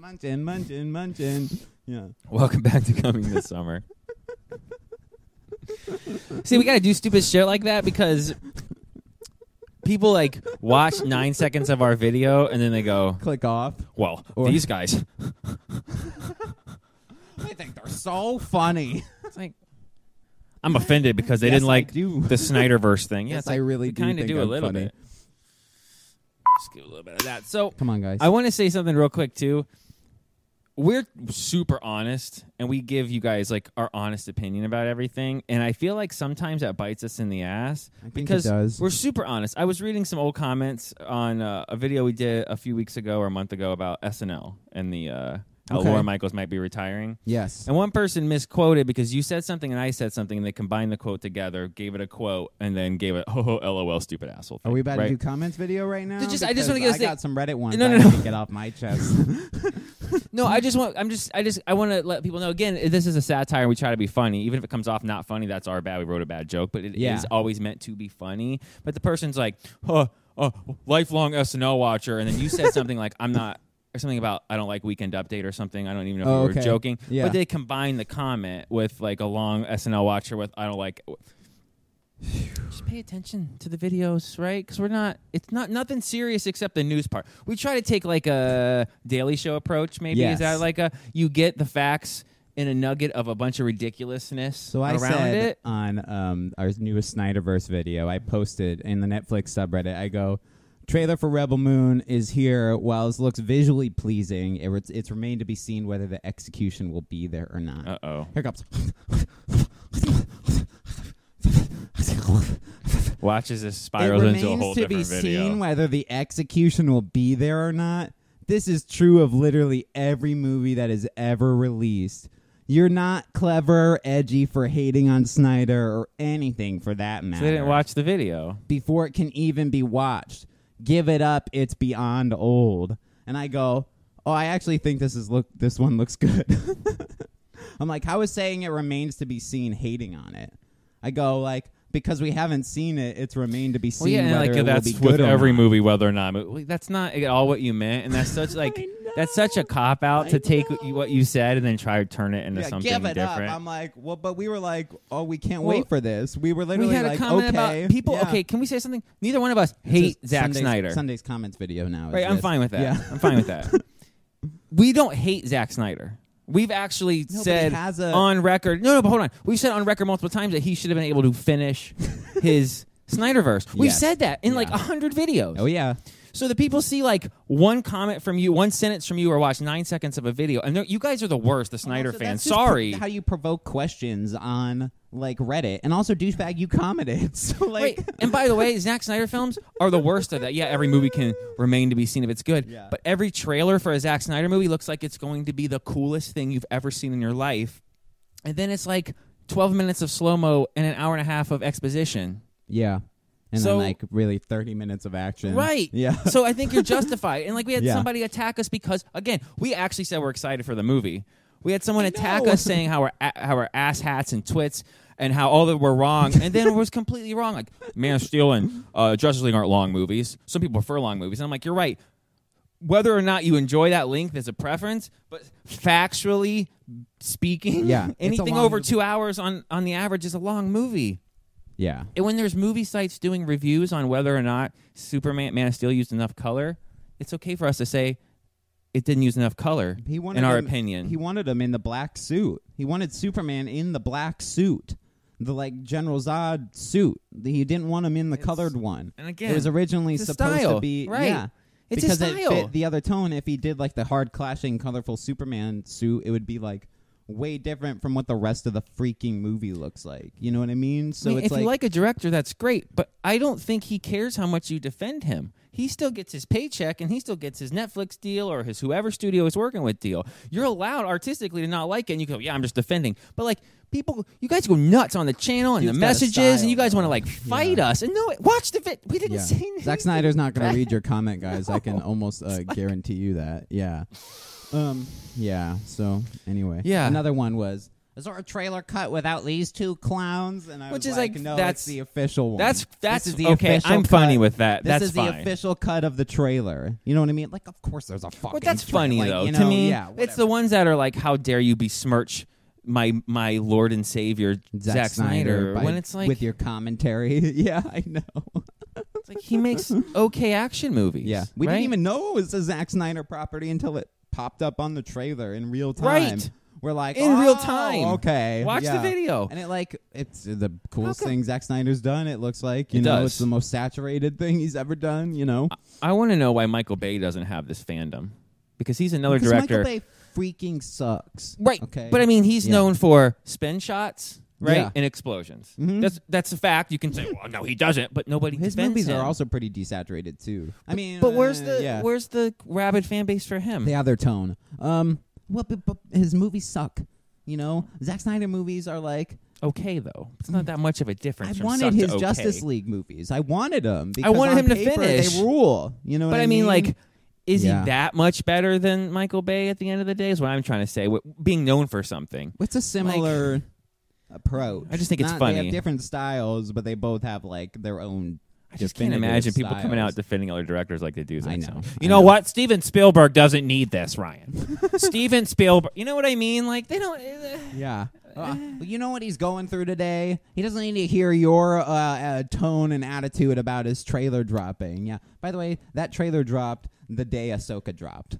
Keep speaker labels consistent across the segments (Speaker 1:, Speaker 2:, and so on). Speaker 1: Munching, munching, munching. Yeah.
Speaker 2: Welcome back to Coming This Summer. See, we got to do stupid shit like that because people like watch nine seconds of our video and then they go,
Speaker 1: Click off.
Speaker 2: well,
Speaker 1: Or-
Speaker 2: these guys.
Speaker 1: They think they're so funny.
Speaker 2: It's like, I'm offended because they
Speaker 1: Yes,
Speaker 2: didn't
Speaker 1: I
Speaker 2: like
Speaker 1: do.
Speaker 2: the Snyderverse thing. Yeah,
Speaker 1: Yes,
Speaker 2: it's like,
Speaker 1: I really
Speaker 2: you
Speaker 1: do
Speaker 2: kinda
Speaker 1: think
Speaker 2: do a
Speaker 1: I'm
Speaker 2: little
Speaker 1: funny.
Speaker 2: bit. Just give a little bit of that. So
Speaker 1: Come on, guys.
Speaker 2: I want to say something real quick too. We're super honest and we give you guys like our honest opinion about everything. And I feel like sometimes that bites us in the ass
Speaker 1: think it
Speaker 2: because
Speaker 1: does.
Speaker 2: we're super honest. I was reading some old comments on uh, a video we did a few weeks ago or a month ago about SNL and the uh, how
Speaker 1: Okay.
Speaker 2: Laura Michaels might be retiring.
Speaker 1: yes.
Speaker 2: And one person misquoted because you said something and I said something, and they combined the quote together, gave it a quote, and then gave it, oh, lol, stupid asshole.
Speaker 1: Are
Speaker 2: thing,"
Speaker 1: we about
Speaker 2: right?
Speaker 1: to do comments video right now?
Speaker 2: Dude, just- I
Speaker 1: Because
Speaker 2: just wanna get this
Speaker 1: I
Speaker 2: thing-
Speaker 1: got some Reddit ones.
Speaker 2: No, no,
Speaker 1: I
Speaker 2: no.
Speaker 1: need to get off my chest.
Speaker 2: No, I just want. I'm just. I just. I want to let people know. Again, this is a satire. We try to be funny, even if it comes off not funny. That's our bad. We wrote a bad joke, but it is
Speaker 1: Yeah.
Speaker 2: always meant to be funny. But the person's like, huh, uh, lifelong SNL watcher, and then you said something like, "I'm not." Or something about I don't like Weekend Update or something. I don't even know if
Speaker 1: Oh,
Speaker 2: you were
Speaker 1: okay.
Speaker 2: joking.
Speaker 1: Yeah.
Speaker 2: But they combined the comment with like a long SNL watcher with I don't like. Just pay attention to the videos, right? Because we're not. It's not nothing serious except the news part. We try to take like a Daily Show approach, maybe. Is that
Speaker 1: Yes.
Speaker 2: like a you get the facts in a nugget of a bunch of ridiculousness
Speaker 1: So I
Speaker 2: around
Speaker 1: said
Speaker 2: it?
Speaker 1: on um, our newest Snyderverse video, I posted in the Netflix subreddit. I go, trailer for Rebel Moon is here. While it looks visually pleasing, it re- it's remained to be seen whether the execution will be there or not.
Speaker 2: Uh oh.
Speaker 1: here comes.
Speaker 2: Watches this
Speaker 1: It
Speaker 2: spirals
Speaker 1: remains
Speaker 2: into a whole
Speaker 1: to be
Speaker 2: different video.
Speaker 1: seen whether the execution will be there or not. This is true of literally every movie that is ever released. You're not clever, edgy for hating on Snyder or anything for that matter.
Speaker 2: so they didn't watch the video.
Speaker 1: before it can even be watched. Give it up, it's beyond old. And I go, "Oh, I actually think this is look this one looks good." I'm like, "How is saying it remains to be seen hating on it?" I go like, "Because we haven't seen it, it's remained to be seen
Speaker 2: Well, yeah, and
Speaker 1: whether
Speaker 2: like
Speaker 1: it
Speaker 2: that's
Speaker 1: will be good
Speaker 2: with
Speaker 1: or
Speaker 2: every
Speaker 1: not."
Speaker 2: movie, whether or not but that's not at all what you meant, and that's such like that's such a cop out to take you- what you said and then try to turn it into
Speaker 1: Yeah,
Speaker 2: something
Speaker 1: give it
Speaker 2: different.
Speaker 1: up. I'm like, "Well, but we were like, oh, we can't
Speaker 2: Well,
Speaker 1: wait for this." We were literally
Speaker 2: we had
Speaker 1: like,
Speaker 2: a comment
Speaker 1: "Okay,
Speaker 2: about people.
Speaker 1: yeah.
Speaker 2: Okay, can we say something? Neither one of us
Speaker 1: It's
Speaker 2: hate
Speaker 1: just
Speaker 2: Zack
Speaker 1: Sunday's-
Speaker 2: Snyder.
Speaker 1: Sunday's comments video now. is
Speaker 2: Right, I'm
Speaker 1: this.
Speaker 2: fine with that.
Speaker 1: Yeah.
Speaker 2: I'm fine with that. we don't hate Zack Snyder. We've actually
Speaker 1: but he
Speaker 2: said
Speaker 1: has a-
Speaker 2: on record. No, no, but hold on. We've said on record multiple times that he should have been able to finish his Snyderverse. We've
Speaker 1: Yes.
Speaker 2: said that in like
Speaker 1: Yeah.
Speaker 2: like hundred videos.
Speaker 1: Oh yeah.
Speaker 2: So the people see like one comment from you, one sentence from you, or watch nine seconds of a video, and they're- you guys are the worst, the Snyder
Speaker 1: Also,
Speaker 2: fans.
Speaker 1: Oh, that's just
Speaker 2: Sorry.
Speaker 1: pro- how you provoke questions on like Reddit, and also douchebag, you commented. So like,
Speaker 2: Wait, and by the way, Zack Snyder films are the worst of that. Yeah, every movie can remain to be seen if it's good.
Speaker 1: Yeah.
Speaker 2: But every trailer for a Zack Snyder movie looks like it's going to be the coolest thing you've ever seen in your life. And then it's like 12 minutes of slow mo and an hour and a half of exposition.
Speaker 1: yeah, and
Speaker 2: So-
Speaker 1: then like really thirty minutes of action.
Speaker 2: Right.
Speaker 1: Yeah.
Speaker 2: So I think you're justified. And like we had
Speaker 1: Yeah.
Speaker 2: somebody attack us because again, we actually said we're excited for the movie. We had someone attack
Speaker 1: know.
Speaker 2: us saying how we're a- how we're ass hats and twits and how all that we're wrong, and then it was completely wrong. Like Man of Steel and uh, Justice League aren't long movies. Some people prefer long movies, and I'm like, you're right. Whether or not you enjoy that length is a preference, but factually speaking,
Speaker 1: Yeah, it's a
Speaker 2: anything
Speaker 1: long
Speaker 2: over
Speaker 1: movie.
Speaker 2: two hours on on the average is a long movie.
Speaker 1: yeah.
Speaker 2: And when there's movie sites doing reviews on whether or not Superman Man of Steel used enough color, it's okay for us to say it didn't use enough color
Speaker 1: He wanted
Speaker 2: in our
Speaker 1: him-
Speaker 2: opinion.
Speaker 1: He wanted him in the black suit. He wanted Superman in the black suit, the like General Zod suit. He didn't want him in the colored one.
Speaker 2: and again,
Speaker 1: it was originally
Speaker 2: it's a
Speaker 1: supposed
Speaker 2: style,
Speaker 1: to be
Speaker 2: right.
Speaker 1: Yeah,
Speaker 2: It's a
Speaker 1: because it
Speaker 2: style.
Speaker 1: fit the other tone. If he did like the hard clashing, colorful Superman suit, it would be like way different from what the rest of the freaking movie looks like. You know what I mean? So
Speaker 2: I mean,
Speaker 1: it's
Speaker 2: if
Speaker 1: like,
Speaker 2: you like a director, that's great, but I don't think he cares how much you defend him. He still gets his paycheck and he still gets his Netflix deal or his whoever studio is working with deal. You're allowed artistically to not like it and you go, Yeah, I'm just defending. But like people you guys go nuts on the channel and
Speaker 1: Dude's
Speaker 2: the
Speaker 1: got a
Speaker 2: messages
Speaker 1: style,
Speaker 2: and you guys want to
Speaker 1: though.
Speaker 2: like fight us. And no, watch the vid we didn't
Speaker 1: yeah.
Speaker 2: say anything.
Speaker 1: Zack Snyder's not going to read your comment, guys. I can almost uh, guarantee you that. Yeah. Um. Yeah. So anyway.
Speaker 2: Yeah.
Speaker 1: Another one was Is there a trailer cut without these two clowns? And I
Speaker 2: Which
Speaker 1: was
Speaker 2: is
Speaker 1: like,
Speaker 2: like,
Speaker 1: no,
Speaker 2: that's-
Speaker 1: it's the official one.
Speaker 2: That's that's
Speaker 1: This is the
Speaker 2: okay.
Speaker 1: official
Speaker 2: I'm funny
Speaker 1: cut.
Speaker 2: with that.
Speaker 1: This
Speaker 2: that's
Speaker 1: is
Speaker 2: fine.
Speaker 1: the official cut of the trailer. You know what I mean? Like, of course, there's a fucking.
Speaker 2: Well, that's
Speaker 1: trailer,
Speaker 2: funny
Speaker 1: like,
Speaker 2: though.
Speaker 1: you
Speaker 2: to
Speaker 1: know,
Speaker 2: me,
Speaker 1: yeah,
Speaker 2: it's
Speaker 1: whatever.
Speaker 2: the ones that are like, "How dare you besmirch my my Lord and Savior Zack, Snyder?"
Speaker 1: by-
Speaker 2: when it's like,
Speaker 1: with your commentary. yeah, I know.
Speaker 2: it's like he makes okay action movies.
Speaker 1: Yeah, we
Speaker 2: right?
Speaker 1: didn't even know it was a Zack Snyder property until it popped up on the trailer in real time.
Speaker 2: Right.
Speaker 1: We're like
Speaker 2: in real
Speaker 1: "Oh,
Speaker 2: time.
Speaker 1: Okay,
Speaker 2: watch
Speaker 1: yeah."
Speaker 2: the video.
Speaker 1: And it like it's the coolest
Speaker 2: How come-
Speaker 1: thing Zack Snyder's done. It looks like you
Speaker 2: It
Speaker 1: know
Speaker 2: does.
Speaker 1: it's the most saturated thing he's ever done. You know,
Speaker 2: I want to know why Michael Bay doesn't have this fandom because he's another
Speaker 1: Because
Speaker 2: director,
Speaker 1: Michael Bay freaking sucks.
Speaker 2: right?
Speaker 1: Okay.
Speaker 2: But I mean, he's
Speaker 1: Yeah.
Speaker 2: known for spin shots. Right
Speaker 1: Yeah. Mm-hmm.
Speaker 2: and explosions. That's that's a fact. You can say, "Well, no, he doesn't," but nobody
Speaker 1: his
Speaker 2: defends
Speaker 1: movies
Speaker 2: him.
Speaker 1: are also pretty desaturated too. I mean,
Speaker 2: But where's
Speaker 1: uh,
Speaker 2: the
Speaker 1: yeah.
Speaker 2: where's the rabid fan base for him?
Speaker 1: they have their tone. Um, well, but, but his movies suck. You know, Zack Snyder movies are like
Speaker 2: okay though. It's not that much of a
Speaker 1: I
Speaker 2: difference. from
Speaker 1: wanted
Speaker 2: suck to
Speaker 1: his
Speaker 2: okay.
Speaker 1: Justice League movies. I wanted them. Because
Speaker 2: wanted
Speaker 1: on
Speaker 2: him to
Speaker 1: paper,
Speaker 2: finish.
Speaker 1: They rule. You know what
Speaker 2: But I
Speaker 1: I
Speaker 2: mean, like, is
Speaker 1: Yeah.
Speaker 2: he that much better than Michael Bay at the end of the day? Is what I'm trying to say. What, being known for something.
Speaker 1: what's a similar approach?
Speaker 2: I just think it's
Speaker 1: Not- They
Speaker 2: funny.
Speaker 1: have different styles, but they both have like their own.
Speaker 2: I just can't
Speaker 1: definitive
Speaker 2: imagine people coming
Speaker 1: styles.
Speaker 2: out defending other directors like they do.
Speaker 1: I
Speaker 2: themselves.
Speaker 1: know. I
Speaker 2: You know,
Speaker 1: know.
Speaker 2: what? Steven Spielberg doesn't need this, Ryan. Steven Spielberg. You know what I mean? Like they don't. eh,
Speaker 1: Yeah. Uh, but you know what he's going through today? He doesn't need to hear your uh, uh, tone and attitude about his trailer dropping. Yeah. By the way, that trailer dropped the day Ahsoka dropped.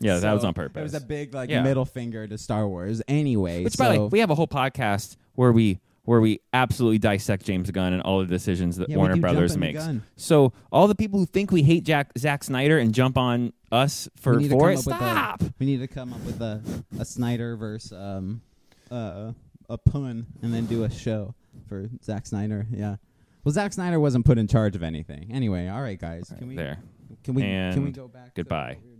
Speaker 2: yeah, that
Speaker 1: So
Speaker 2: was on purpose.
Speaker 1: It was a big like
Speaker 2: Yeah.
Speaker 1: middle finger to Star Wars. Anyway,
Speaker 2: Which,
Speaker 1: so,
Speaker 2: by the way, we have a whole podcast where we where we absolutely dissect James Gunn and all the decisions that
Speaker 1: Yeah, we
Speaker 2: Warner
Speaker 1: do jump
Speaker 2: Brothers
Speaker 1: on the
Speaker 2: makes.
Speaker 1: gun.
Speaker 2: So all the people who think we hate Jack Zack Snyder and jump on us for
Speaker 1: we need to
Speaker 2: for it,
Speaker 1: come up
Speaker 2: stop.
Speaker 1: With a, we need to come up with a a Snyder verse um uh a pun and then do a show for Zack Snyder. Yeah. Well, Zack Snyder wasn't put in charge of anything. Anyway, all right, guys. Can we
Speaker 2: there.
Speaker 1: can we can we
Speaker 2: And
Speaker 1: go back? to
Speaker 2: goodbye.
Speaker 1: what we were-